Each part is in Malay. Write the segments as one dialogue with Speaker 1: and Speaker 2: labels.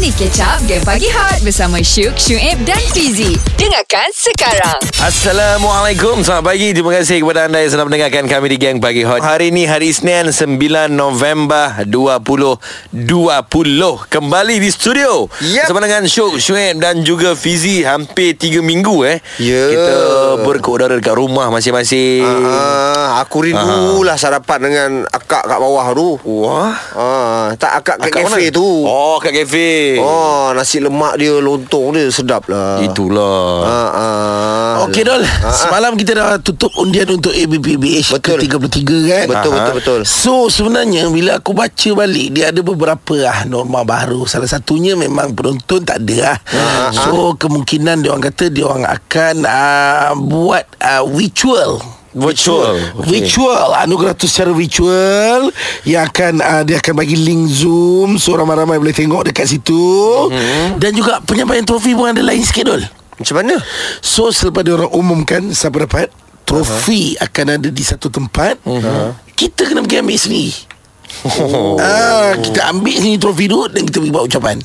Speaker 1: Mari catch up Game Pagi Hot Bersama Syuk, Syuib dan Fizi Dengarkan sekarang
Speaker 2: Assalamualaikum Selamat pagi Terima kasih kepada anda Yang sedang mendengarkan kami Di Gang Pagi Hot Hari ini hari Isnin 9 November 2020 Kembali di studio
Speaker 3: Yap.
Speaker 2: Bersama dengan Syuk Syuib Dan juga Fizi Hampir 3 minggu eh
Speaker 3: Ya.
Speaker 2: Kita berkeudara Dekat rumah masing-masing
Speaker 3: Ah, aku rindulah sarapan dengan akak kat bawah tu.
Speaker 2: Wah
Speaker 3: Ah, tak akak kat
Speaker 2: Kat
Speaker 3: kafe
Speaker 2: mana?
Speaker 3: tu.
Speaker 2: Oh kat kafe
Speaker 3: Oh, nasi lemak dia lontong dia sedap lah.
Speaker 2: Itulah
Speaker 3: Ah, ah.
Speaker 4: Okey Dol
Speaker 3: ah.
Speaker 4: Semalam kita dah tutup undian Untuk ABPBH
Speaker 3: Betul.
Speaker 4: Ke-33 kan
Speaker 3: Betul,
Speaker 4: Ah.
Speaker 3: betul, betul.
Speaker 4: So sebenarnya Bila aku baca balik Dia ada beberapa ah, Norma baru Salah satunya memang Penonton tak ada ah.
Speaker 3: Ha,
Speaker 4: So kemungkinan Dia orang kata Dia orang akan ah, Buat ah, Ritual
Speaker 2: Virtual
Speaker 4: Okay. Virtual Anugerah tu secara virtual Yang akan uh, Dia akan bagi link Zoom So ramai-ramai boleh tengok Dekat situ
Speaker 3: Mhm.
Speaker 4: mm-hmm. Dan juga Penyampaian trofi pun Ada lain sikit Dol
Speaker 3: Macam mana?
Speaker 4: So selepas dia orang umumkan siapa dapat trofi uh-huh. akan ada di satu tempat. Uh-huh. Kita kena pergi ambil sendiri. Oh. Ah, kita ambil sini trofi tu dan kita pergi buat ucapan.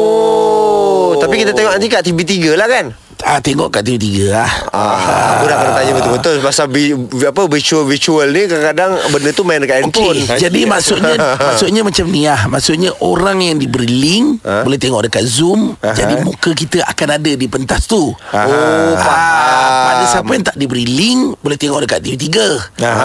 Speaker 3: Oh, tapi kita tengok nanti kat TV3 lah kan.
Speaker 4: Ah tengok kat TV3 lah.
Speaker 3: Ah, aku dah kena tanya betul-betul pasal bi, bi- apa virtual virtual ni kadang-kadang benda tu main dekat handphone.
Speaker 4: Okey, jadi maksudnya maksudnya macam ni lah. Maksudnya orang yang diberi link
Speaker 3: Ah.
Speaker 4: boleh tengok dekat Zoom.
Speaker 3: Aha.
Speaker 4: Jadi muka kita akan ada di pentas tu.
Speaker 3: Oh, faham.
Speaker 4: Pada siapa yang tak diberi link boleh tengok dekat TV3.
Speaker 2: Aha.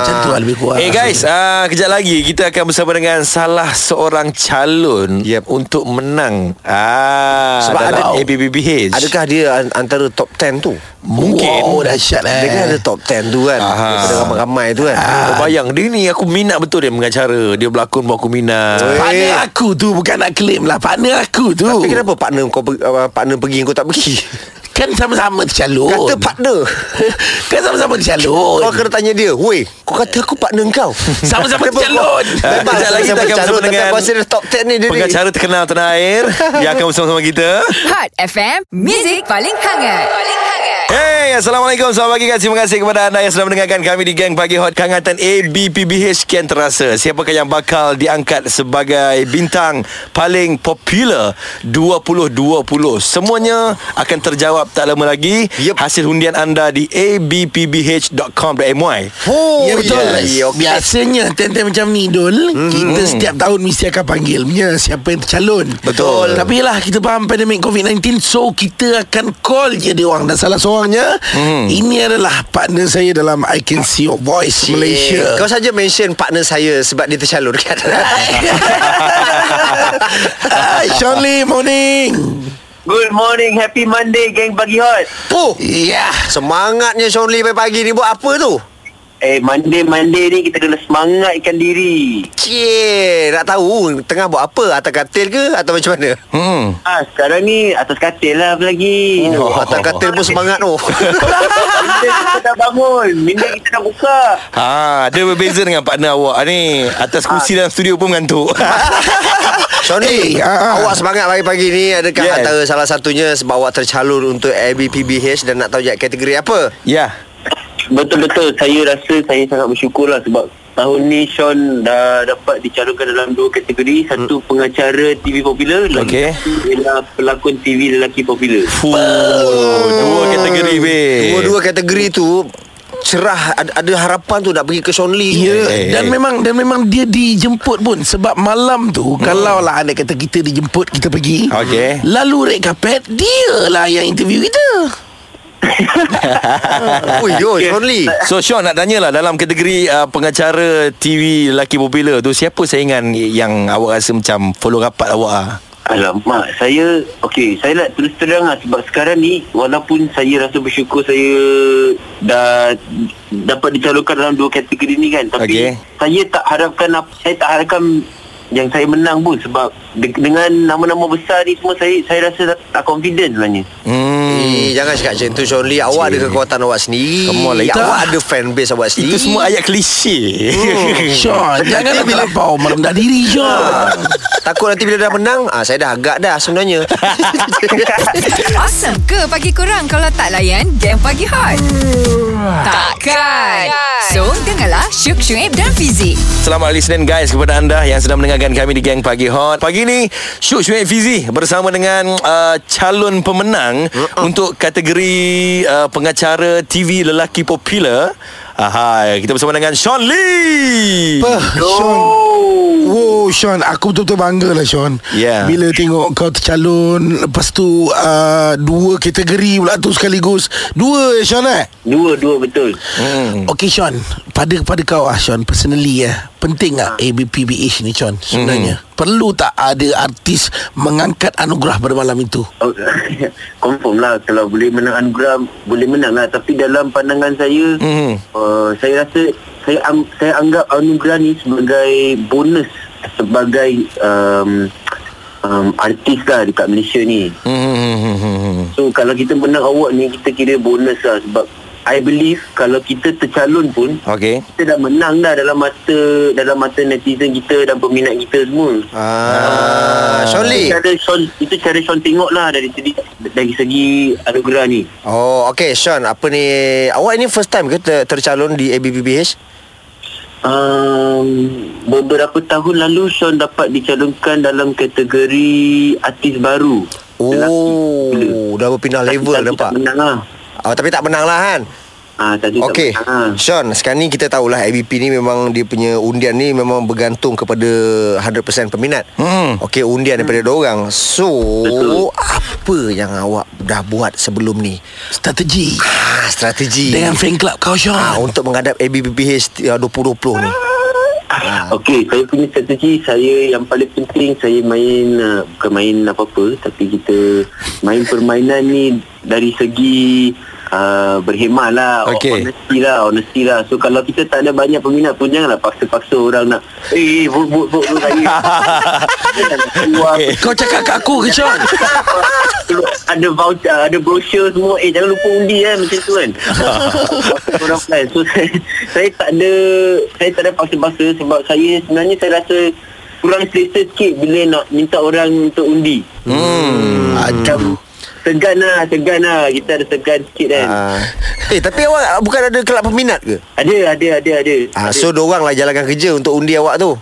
Speaker 4: Macam tu lah lebih kurang.
Speaker 2: Eh hey guys, uh, kejap lagi kita akan bersama dengan salah seorang calon
Speaker 3: Yep.
Speaker 2: untuk menang. Ah,
Speaker 3: Sebab
Speaker 2: dalam
Speaker 4: ada-
Speaker 2: APBBH.
Speaker 3: Adakah dia an- antara top 10 tu?
Speaker 2: mungkin-
Speaker 4: Wow dahsyat eh
Speaker 3: Dia kan ada top 10 tu kan.
Speaker 2: Aha.
Speaker 3: Daripada ramai-ramai tu kan.
Speaker 2: Kau Oh, bayang dia ni aku minat betul dia mengacara. Dia berlakon pun aku minat.
Speaker 3: Oi.
Speaker 4: Partner aku tu Bukan nak claim lah Partner aku tu
Speaker 3: Eh.
Speaker 2: Oh.
Speaker 3: Tapi kenapa partner kau pergi, uh, partner pergi kau tak pergi?
Speaker 4: Kan sama-sama tercalon
Speaker 3: Kata
Speaker 2: Oh.
Speaker 3: partner.
Speaker 4: Kan sama-sama tercalon
Speaker 3: Kau kena tanya dia, "Woi, kau kata aku partner kau."
Speaker 4: Sama-sama
Speaker 3: Kenapa kau-
Speaker 4: calon.
Speaker 2: Ah,
Speaker 3: Bebas
Speaker 2: Kejap lagi kita akan
Speaker 3: sama-sama
Speaker 2: bersama
Speaker 3: calon,
Speaker 2: dengan
Speaker 3: Tapi aku rasa dia top 10 ni dia ni.
Speaker 2: Pengacara terkenal tanah air Yang akan bersama-sama kita
Speaker 1: Hot FM Music paling hangat Paling hangat
Speaker 2: Hey, Assalamualaikum Selamat pagi guys Terima kasih kepada anda yang sedang mendengarkan kami di Gang Pagi Hot Kehangatan ABPBH kian terasa Siapakah yang bakal diangkat sebagai bintang paling popular 2020 Semuanya akan terjawab tak lama lagi
Speaker 3: Yep.
Speaker 2: Hasil hundian anda di abpbh.com.my
Speaker 3: Oh,
Speaker 4: Ya betul
Speaker 3: ya, ya, okey.
Speaker 4: Biasanya Tentu macam ni Dul
Speaker 3: Mhm.
Speaker 4: Kita setiap tahun Mesti akan panggil punya Siapa yang tercalon
Speaker 3: Betul.
Speaker 4: Tapi lah Kita faham pandemik COVID-19 So kita akan call je dia orang Dan salah seorangnya
Speaker 3: Mhm.
Speaker 4: Ini adalah partner saya Dalam I Can See Your Voice
Speaker 3: Eh,
Speaker 4: Malaysia
Speaker 3: Kau saja mention partner saya sebab dia tercalonkan.
Speaker 4: Hai Shirley Morning
Speaker 5: Good morning, happy Monday, geng pagi hot.
Speaker 3: oh,
Speaker 4: Ya yeah.
Speaker 3: semangatnya Sean Lee pagi ni buat apa tu?
Speaker 5: Eh, Monday Monday ni kita kena semangatkan diri.
Speaker 3: Cie, nak tahu tengah buat apa? Atas katil ke atau macam mana?
Speaker 2: Hmm.
Speaker 5: Ha, sekarang ni atas katil lah apa lagi.
Speaker 3: Oh, atas katil pun semangat tu.
Speaker 5: Minda kita dah bangun, minda kita dah buka.
Speaker 2: Ha, dia berbeza dengan partner awak Ha, ni. Atas
Speaker 3: Ah.
Speaker 2: kursi dalam studio pun mengantuk.
Speaker 3: Sean Lee,
Speaker 4: Eh, ah, ah.
Speaker 3: awak semangat pagi-pagi ni adakah
Speaker 2: Yes.
Speaker 3: yes. antara salah satunya sebab awak tercalon untuk ABPBH dan nak tahu je kategori apa?
Speaker 2: ya.
Speaker 5: Betul-betul, saya rasa saya sangat bersyukur lah sebab tahun ni Sean dah dapat dicalonkan dalam dua kategori. Satu pengacara TV popular,
Speaker 2: Okey.
Speaker 5: lagi satu ialah pelakon TV lelaki popular.
Speaker 2: Fuh, dua kategori babe.
Speaker 3: Dua-dua Hmm. kategori tu cerah ada, ada harapan tu nak pergi ke Sean Lee.
Speaker 4: Ya, yeah.
Speaker 2: Eh,
Speaker 4: dan
Speaker 2: eh.
Speaker 4: memang dan memang dia dijemput pun sebab malam tu hmm. kalau lah anda kata kita dijemput kita pergi.
Speaker 2: Okey.
Speaker 4: Lalu red carpet dia lah yang interview kita.
Speaker 3: Oh, yo, Sean Lee.
Speaker 2: So Sean nak tanya lah Dalam kategori uh, pengacara TV lelaki popular tu Siapa saingan yang awak rasa macam Follow rapat awak lah
Speaker 5: Alamak, saya okey, saya nak terus terang lah sebab sekarang ni walaupun saya rasa bersyukur saya dah dapat dicalonkan dalam dua kategori ni kan,
Speaker 2: Okey.
Speaker 5: tapi saya tak harapkan apa saya tak harapkan yang saya menang pun sebab de- dengan nama-nama besar ni semua saya saya rasa tak, tak confident sebenarnya.
Speaker 2: hmm.
Speaker 3: ni Eh, Jangan cakap macam tu Sean Lee Awak ada kekuatan awak sendiri
Speaker 2: Come on lah, itu-
Speaker 3: Awak ada fan base awak sendiri
Speaker 2: Itu semua ayat klise
Speaker 4: Hmm. Sean Janganlah terlampau merendah diri Sean
Speaker 3: Ah. Takut nanti bila dah menang ah, Saya dah agak dah sebenarnya
Speaker 1: Awesome ke pagi kurang kalau tak layan game pagi hot? Takkan. So, dengarlah Syuk Syuib dan Fizik.
Speaker 2: Selamat listening guys kepada anda yang sedang mendengarkan kami di Gang Pagi Hot. Pagi ni Syuk Syuib Fizi bersama dengan uh, calon pemenang uh-uh. untuk kategori uh, pengacara TV lelaki popular. Ah, hai, kita bersama dengan Sean Lee.
Speaker 4: Sean Wow Sean Aku betul-betul bangga lah Sean
Speaker 2: Yeah.
Speaker 4: Bila tengok kau tercalon Lepas tu uh, Dua kategori pula tu sekaligus Dua ya Sean eh
Speaker 5: Dua dua betul
Speaker 2: Hmm.
Speaker 4: Okay Sean Pada pada kau ah Sean Personally ya Penting tak ABPBH ni Sean Sebenarnya mm. Perlu tak ada artis Mengangkat anugerah pada malam itu
Speaker 5: Oh, Confirm lah Kalau boleh menang anugerah Boleh menang lah Tapi dalam pandangan saya
Speaker 2: Mhm.
Speaker 5: uh, Saya rasa saya, ang- saya anggap anugerah ni Sebagai bonus Sebagai um, um, Artis lah Dekat Malaysia ni
Speaker 2: Hmm.
Speaker 5: So kalau kita menang award ni Kita kira bonus lah Sebab I believe Kalau kita tercalon pun
Speaker 2: Okey.
Speaker 5: kita dah menang dah dalam mata dalam mata netizen kita dan peminat kita semua.
Speaker 3: ah, Sean Lee
Speaker 5: Itu cara Sean, itu cara Sean tengok lah dari segi, dari segi anugerah ni.
Speaker 3: Oh okay Sean Apa ni Awak ni first time ke ter- tercalon di ABBBH
Speaker 5: Um, beberapa tahun lalu Sean dapat dicalonkan dalam kategori artis baru.
Speaker 3: Oh Dah berpindah level
Speaker 5: Tapi
Speaker 3: nampak
Speaker 5: Tak menang lah.
Speaker 3: oh, Tapi tak menang lah kan
Speaker 5: Ah, tapi
Speaker 3: Okey,
Speaker 5: tak menang lah.
Speaker 3: Sean, sekarang ni kita tahulah ABP ni memang dia punya undian ni memang bergantung kepada 100% peminat.
Speaker 2: Hmm.
Speaker 3: Okey, undian daripada hmm. orang. So,
Speaker 5: Betul.
Speaker 3: apa yang awak dah buat sebelum ni?
Speaker 4: Strategi
Speaker 3: Ah, strategi.
Speaker 4: Dengan fan club kau Sean
Speaker 3: ah, untuk menghadap ABPPH uh, 2020 ni.
Speaker 2: Ah.
Speaker 5: Ah. Okey, saya punya strategi saya yang paling penting saya main uh, bukan main apa-apa tapi kita main permainan ni dari segi uh, berhemat lah
Speaker 2: Okey.
Speaker 5: honesty lah honesty lah so kalau kita tak ada banyak peminat pun janganlah paksa-paksa orang nak eh eh, vote vote vote vote saya Jangan nak keluar
Speaker 2: Okey.
Speaker 4: Kau cakap kat aku ke Sean
Speaker 5: ada voucher ada brochure semua eh jangan lupa undi kan macam tu kan orang plan so saya, saya tak ada saya tak ada paksa-paksa sebab saya sebenarnya saya rasa kurang selesa sikit bila nak minta orang untuk undi hmm. macam segan lah segan lah kita ada segan sikit kan
Speaker 3: Ah. Eh, tapi awak bukan ada kelab peminat ke?
Speaker 5: ada ada ada ada,
Speaker 3: Ah,
Speaker 5: ada.
Speaker 3: so dorang lah jalankan kerja untuk undi awak tu.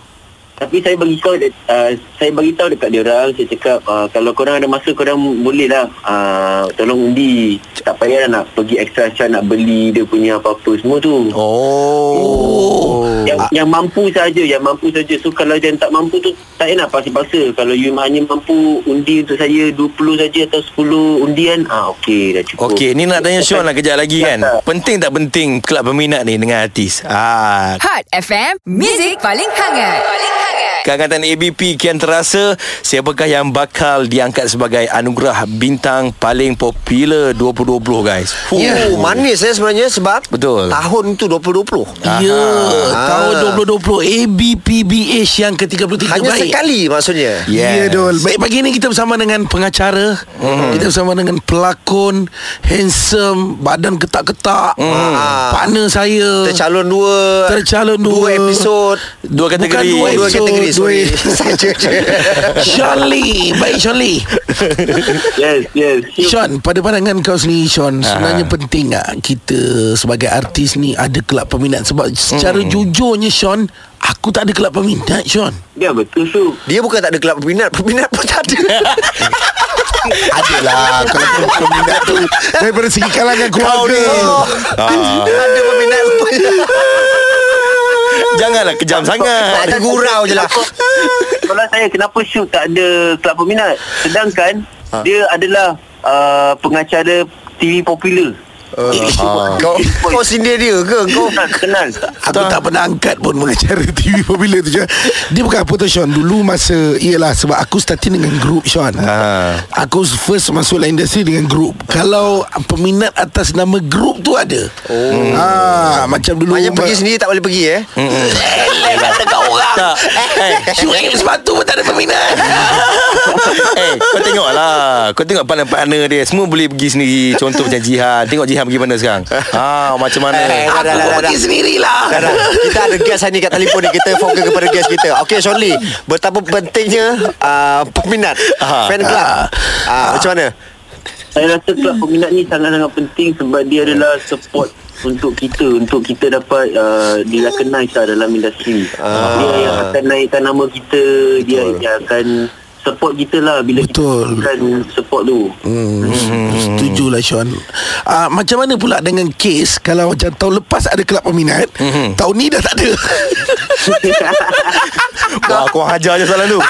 Speaker 5: Tapi saya bagi kau uh, saya bagi tahu dekat dia orang saya cakap uh, kalau korang ada masa korang boleh lah uh, tolong undi tak payah nak pergi extra charge nak beli dia punya apa-apa semua tu.
Speaker 3: Oh.
Speaker 5: Yang, yang mampu saja, yang mampu saja. So kalau dia tak mampu tu tak payah nak paksa-paksa. Kalau you hanya mampu undi untuk saya 20 saja atau 10 undian, ah okey dah cukup.
Speaker 2: Okey, ni nak tanya Sean lah kejap lagi kan. Penting tak penting kelab peminat ni dengan artis? Ah,
Speaker 1: Hot FM, Music paling hangat. Paling hangat.
Speaker 2: Keangkatan ABP kian terasa Siapakah yang bakal diangkat sebagai anugerah bintang paling popular 2020 guys Fuh.
Speaker 4: Ya.
Speaker 3: Yeah. Oh, manis eh sebenarnya sebab
Speaker 2: Betul.
Speaker 4: Ah,
Speaker 3: tahun tu 2020.
Speaker 4: Ya Tahun 2020 ABPBH yang ke-33
Speaker 3: Hanya
Speaker 4: baik
Speaker 3: sekali maksudnya.
Speaker 2: Yes.
Speaker 4: Ya Dol Baik pagi ni kita bersama dengan pengacara mm. Kita bersama dengan pelakon Handsome Badan ketak-ketak mm. Partner saya
Speaker 3: Tercalon dua
Speaker 4: Tercalon dua.
Speaker 3: Dua episod
Speaker 2: Dua kategori
Speaker 4: Bukan dua
Speaker 3: Oh, dua
Speaker 4: episod
Speaker 3: kategori Sorry Saja je
Speaker 4: Shirley Baik Shirley
Speaker 5: Yes, yes.
Speaker 4: Sean Pada pandangan kau sendiri Sean Sebenarnya penting tak Kita sebagai artis ni Ada kelab peminat Sebab secara jujurnya Sean Aku tak ada kelab peminat Sean
Speaker 5: Ya betul tu.
Speaker 3: Dia bukan tak ada kelab peminat Peminat pun tak ada
Speaker 4: Adalah Kelab peminat tu Daripada segi kalangan keluarga
Speaker 2: Ah.
Speaker 3: Ada peminat rupanya
Speaker 2: Janganlah kejam
Speaker 3: Tak
Speaker 2: sangat
Speaker 3: ada gurau je lah
Speaker 5: Kalau saya kenapa shoot tak ada kelab peminat? Sedangkan ha. dia adalah uh, pengacara TV popular.
Speaker 3: Kau Kau sindir dia ke Kau
Speaker 5: Kau kenal, kenal tak?
Speaker 4: Aku tak pernah angkat pun Mengacara TV popular tu Sean Dia bukan apa tu Sean Dulu masa Ialah sebab aku starting dengan grup Sean
Speaker 2: Ah.
Speaker 4: Aku first masuk dalam industri dengan grup Kalau peminat atas nama grup tu ada oh. ha, Macam dulu
Speaker 3: Maknanya pergi sendiri tak boleh pergi eh
Speaker 4: Eh, kata kau orang
Speaker 2: Tak Eh
Speaker 4: Syuib sepatu pun tak ada peminat
Speaker 2: Eh Kau tengok lah Kau tengok partner-partner dia Semua boleh pergi sendiri Contoh macam Jihan Tengok Jihan pergi mana sekarang ha, Macam mana
Speaker 3: Eh, dah, dah,
Speaker 4: Aku
Speaker 3: dah,
Speaker 4: pun
Speaker 3: dah,
Speaker 4: pergi
Speaker 3: dah.
Speaker 4: sendirilah
Speaker 3: Dah, dah. Kita ada guest hari ni kat telefon ni Kita fokus kepada guest kita Okay Shonli Betapa pentingnya uh, Peminat
Speaker 2: Ah.
Speaker 3: Fan club uh, Macam mana?
Speaker 5: Saya rasa kelab peminat ni sangat-sangat penting sebab dia adalah support untuk kita untuk kita dapat uh, di recognize lah dalam industri.
Speaker 3: Ah.
Speaker 5: Uh. Dia yang akan naikkan nama kita, dia yang akan support kita lah bila
Speaker 4: Betul.
Speaker 5: kita kan support tu.
Speaker 4: Hmm. Setuju lah Sean uh, Macam mana pula dengan kes Kalau macam tahun lepas ada kelab peminat mm-hmm. Tahun ni dah tak ada
Speaker 2: Wah kau hajar je soalan tu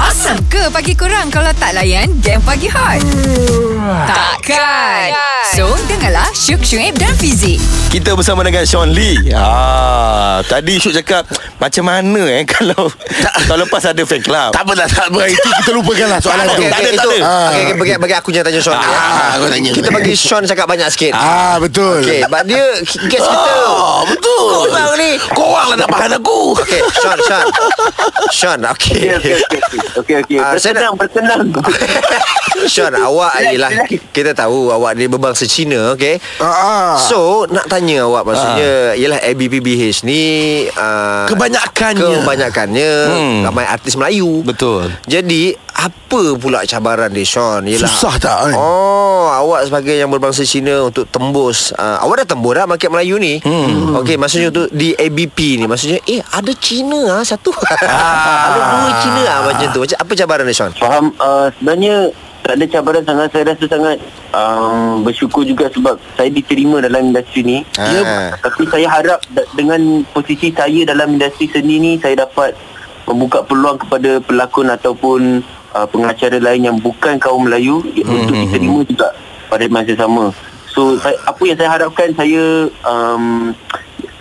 Speaker 1: Awesome ke pagi kurang kalau tak layan game pagi hot? Takkan. So, dengarlah Syuk Syuib dan Fizik.
Speaker 2: Kita bersama dengan Sean Lee ha, Tadi Syuk cakap Macam mana eh Kalau Tahun lepas ada fan club
Speaker 4: Tak apa tak, tak apa Itu kita lupakan lah soalan
Speaker 2: Tak
Speaker 4: tu
Speaker 2: ada, tak
Speaker 3: itu,
Speaker 2: ada.
Speaker 3: Okay, okay, bagi, bagi aku je tanya Sean
Speaker 4: Ah, aku tanya.
Speaker 3: Kita bagi Sean cakap banyak sikit
Speaker 4: Ah betul
Speaker 3: Okay But dia Guest kita
Speaker 4: Oh, betul Korang ni Korang lah nak bahan aku
Speaker 3: Okay Sean Sean Sean okay,
Speaker 5: Okey okey okey. Okey okey.
Speaker 3: Ah, saya
Speaker 5: Bersenang bersenang.
Speaker 3: Sean awak adalah Kita tahu awak ni berbangsa Cina Okay
Speaker 4: Ah, ah.
Speaker 3: So nak tanya awak Maksudnya Ialah ABPBH ni uh,
Speaker 4: Kebanyakannya.
Speaker 3: Kebanyakannya
Speaker 2: Hmm.
Speaker 3: Ramai artis Melayu
Speaker 2: Betul
Speaker 3: Jadi Apa pula cabaran dia Sean Ialah,
Speaker 4: Susah tak kan?
Speaker 3: Oh Awak sebagai yang berbangsa Cina Untuk tembus uh, Awak dah tembus dah Market Melayu ni hmm. Okay maksudnya tu Di ABP ni Maksudnya Eh ada Cina ah Satu Ada dua Cina ah Macam tu Macam Apa cabaran dia Sean
Speaker 5: Faham uh, sebenarnya tak ada cabaran sangat saya rasa sangat um, bersyukur juga sebab saya diterima dalam industri ni.
Speaker 3: Ya.
Speaker 5: Tapi saya harap da- dengan posisi saya dalam industri seni ni saya dapat membuka peluang kepada pelakon ataupun uh, pengacara lain yang bukan kaum Melayu i- untuk diterima juga pada masa sama. So saya, apa yang saya harapkan saya um,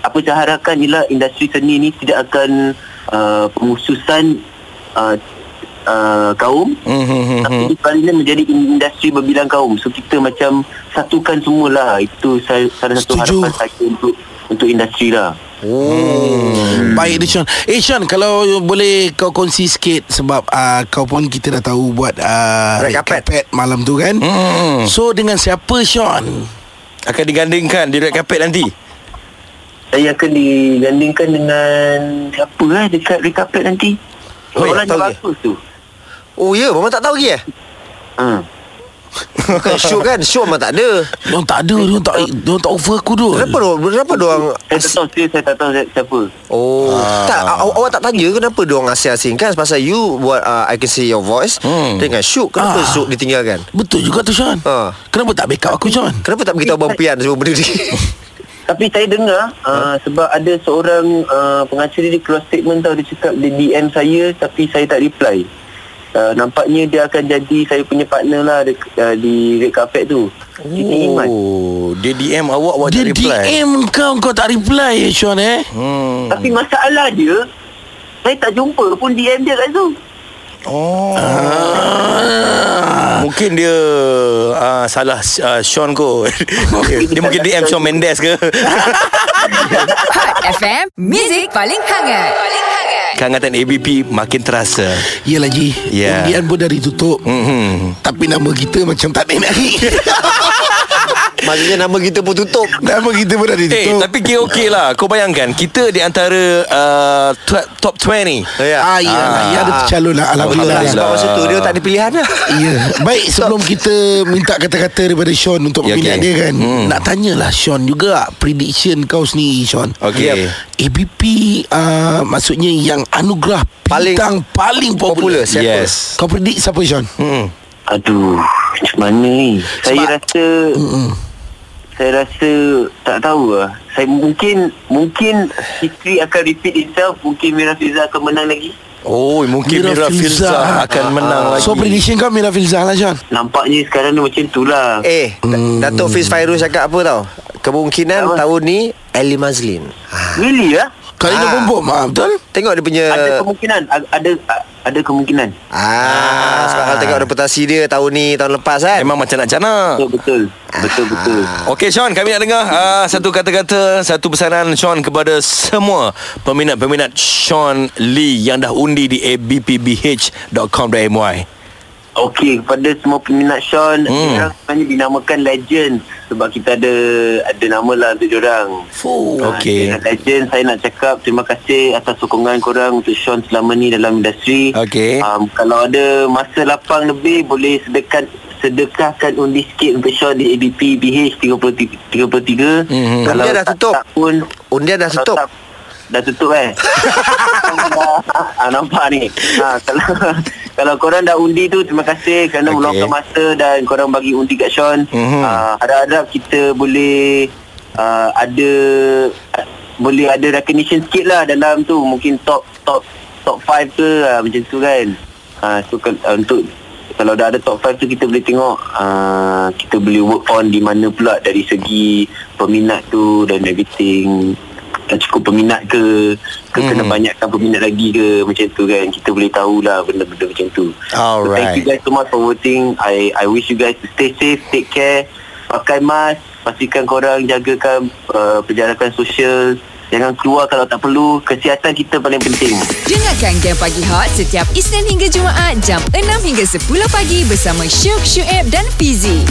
Speaker 5: apa saya harapkan ialah industri seni ni tidak akan uh, pengususan uh, uh, kaum
Speaker 2: Mhm.
Speaker 5: tapi sebenarnya menjadi industri berbilang kaum so kita macam satukan semualah itu saya salah satu
Speaker 4: Setuju.
Speaker 5: harapan saya untuk untuk industri lah
Speaker 4: Hmm. Baik dia Sean Eh Sean Kalau you boleh kau kongsi sikit Sebab uh, kau pun kita dah tahu Buat uh,
Speaker 3: Red carpet.
Speaker 4: malam tu kan
Speaker 2: Hmm.
Speaker 4: So dengan siapa Sean?
Speaker 2: Akan digandingkan Di red carpet nanti
Speaker 5: saya akan digandingkan dengan siapa lah dekat Recaplet nanti
Speaker 3: Oh,
Speaker 5: orang
Speaker 3: tahu
Speaker 5: yang
Speaker 3: dia?
Speaker 5: bagus tu
Speaker 3: Oh ya yeah, Memang tak tahu lagi eh
Speaker 5: ha.
Speaker 3: Bukan show kan Show memang tak ada
Speaker 4: Diorang tak ada Diorang tak, diorang tak offer aku tu
Speaker 3: Kenapa dong Kenapa diorang
Speaker 5: saya tak tahu saya, saya tak tahu saya- siapa
Speaker 3: Oh
Speaker 2: Ah.
Speaker 3: Tak aw- Awak tak tanya Kenapa diorang asing-asingkan Kan, Pasal you Buat uh, I can see your voice
Speaker 2: Hmm.
Speaker 3: Dengan Syuk Kenapa
Speaker 4: Ah.
Speaker 3: Syuk ditinggalkan
Speaker 4: Betul juga tu Sean
Speaker 3: Ha.
Speaker 4: Kenapa tak backup aku Sean?
Speaker 3: Kenapa tak beritahu Abang Pian Semua benda ni
Speaker 5: tapi saya dengar uh, sebab ada seorang uh, pengacara dia keluar statement tau dia cakap dia DM saya tapi saya tak reply uh, nampaknya dia akan jadi saya punya partner lah dek, uh, di red carpet tu Siti Iman
Speaker 2: Oh Dia DM awak Awak
Speaker 4: Dia
Speaker 2: tak reply
Speaker 4: DM kau Kau tak reply eh Sean eh
Speaker 2: hmm.
Speaker 5: Tapi masalah dia Saya tak jumpa pun DM dia kat Zoom
Speaker 2: Oh. Ah, Mungkin dia uh, salah uh, Sean kot. dia, dia mungkin DM Sean Mendes ke.
Speaker 1: Hot FM, Music paling hangat. Paling hangat.
Speaker 2: Kehangatan ABP makin terasa.
Speaker 4: Yelah Ji
Speaker 2: Ya.
Speaker 4: Undian pun dah ditutup
Speaker 2: Mhm.
Speaker 4: Tapi nama kita macam tak naik-naik
Speaker 3: Maksudnya nama kita pun tutup
Speaker 4: Nama kita pun dah
Speaker 2: Eh,
Speaker 4: ditutup
Speaker 2: tapi kira okey lah. Kau bayangkan kita di antara uh, tw- top 20.
Speaker 3: Ya
Speaker 4: Ah, ya, ah, ya ada calon lah Alhamdulillah
Speaker 3: Sebab
Speaker 2: Alhamdulillah.
Speaker 3: masa tu Dia tak ada pilihan lah
Speaker 4: Ya Baik sebelum kita Minta kata-kata daripada Sean Untuk
Speaker 2: Ya,
Speaker 4: peminat
Speaker 2: okey.
Speaker 4: dia kan hmm. Nak tanyalah Sean juga ah, Prediction kau sendiri Sean
Speaker 2: Okey.
Speaker 4: ABP uh, Maksudnya yang anugerah
Speaker 3: Paling-
Speaker 4: Bintang paling popular,
Speaker 3: popular, siapa?
Speaker 2: Yes.
Speaker 4: Kau predict siapa Sean?
Speaker 2: Hmm.
Speaker 5: Aduh Macam mana ni Saya rasa
Speaker 4: Mm-mm.
Speaker 5: Saya rasa Tak tahu lah Saya mungkin Mungkin History akan repeat itself Mungkin Mira Fiza akan menang lagi
Speaker 2: Oh, mungkin
Speaker 4: Mira
Speaker 2: Mira
Speaker 4: Filzah. Ah.
Speaker 2: Filza akan menang lagi.
Speaker 4: So prediction kau Mira Filzah lah Sean
Speaker 5: Nampaknya sekarang ni macam tu lah eh.
Speaker 3: Eh hmm. Dato' Fiz Fairuz cakap apa tau Kemungkinan
Speaker 5: Apa?
Speaker 3: tahun ni Ali Mazlin
Speaker 5: Really lah
Speaker 4: Kali
Speaker 3: Ah.
Speaker 4: dia bom ha, Betul
Speaker 3: Tengok dia punya
Speaker 5: Ada kemungkinan a- Ada a- ada kemungkinan
Speaker 3: Eh. Ah, sebab kalau tengok reputasi dia tahun ni, tahun lepas kan.
Speaker 2: Memang macam nak cana
Speaker 5: Betul-betul Betul-betul
Speaker 2: Okey Sean Kami nak dengar uh, Satu kata-kata Satu pesanan Sean Kepada semua Peminat-peminat Sean Lee Yang dah undi di abpbh.com.my
Speaker 5: Okey kepada semua peminat Sean
Speaker 2: Hmm.
Speaker 5: hmm. Diorang sebenarnya dinamakan legend Sebab kita ada Ada nama lah untuk diorang
Speaker 4: Fuh.
Speaker 5: Ah,
Speaker 2: Okey.
Speaker 5: dia dah legend saya nak cakap Terima kasih atas sokongan korang Untuk Sean selama ni dalam industri
Speaker 2: Okey.
Speaker 5: um, Kalau ada masa lapang lebih Boleh sedekat sedekahkan undi sikit untuk Sean di ABP BH 33, 33.
Speaker 2: Mhm.
Speaker 5: Kalau
Speaker 3: Dia dah
Speaker 5: tak-
Speaker 3: tutup.
Speaker 5: tak pun
Speaker 3: Undian dah tutup.
Speaker 5: kalau tak- Dah tutup eh ah, Nampak ni ah, Kalau kalau korang dah undi tu Terima kasih Kerana
Speaker 2: Okey.
Speaker 5: okay. meluangkan masa Dan korang bagi undi kat Sean
Speaker 2: Mhm.
Speaker 5: ah, Harap-harap kita boleh ah, Ada Boleh ada recognition sikit lah Dalam tu Mungkin top Top top 5 ke ah, Macam tu kan ah, So kal- ah, untuk kalau dah ada top 5 tu kita boleh tengok uh, kita boleh work on di mana pula dari segi peminat tu dan everything dah eh, cukup peminat ke ke hmm. kena banyakkan peminat lagi ke macam tu kan kita boleh tahulah benda-benda macam tu so, thank
Speaker 2: Alright
Speaker 5: you guys so much for voting I I wish you guys to stay safe take care pakai mask pastikan korang jagakan uh, perjalanan sosial jangan keluar kalau tak perlu kesihatan kita paling penting
Speaker 1: Dengarkan Game Pagi Hot setiap Isnin hingga Jumaat jam 6 hingga 10 pagi bersama Syuk, Syuib dan Fizi.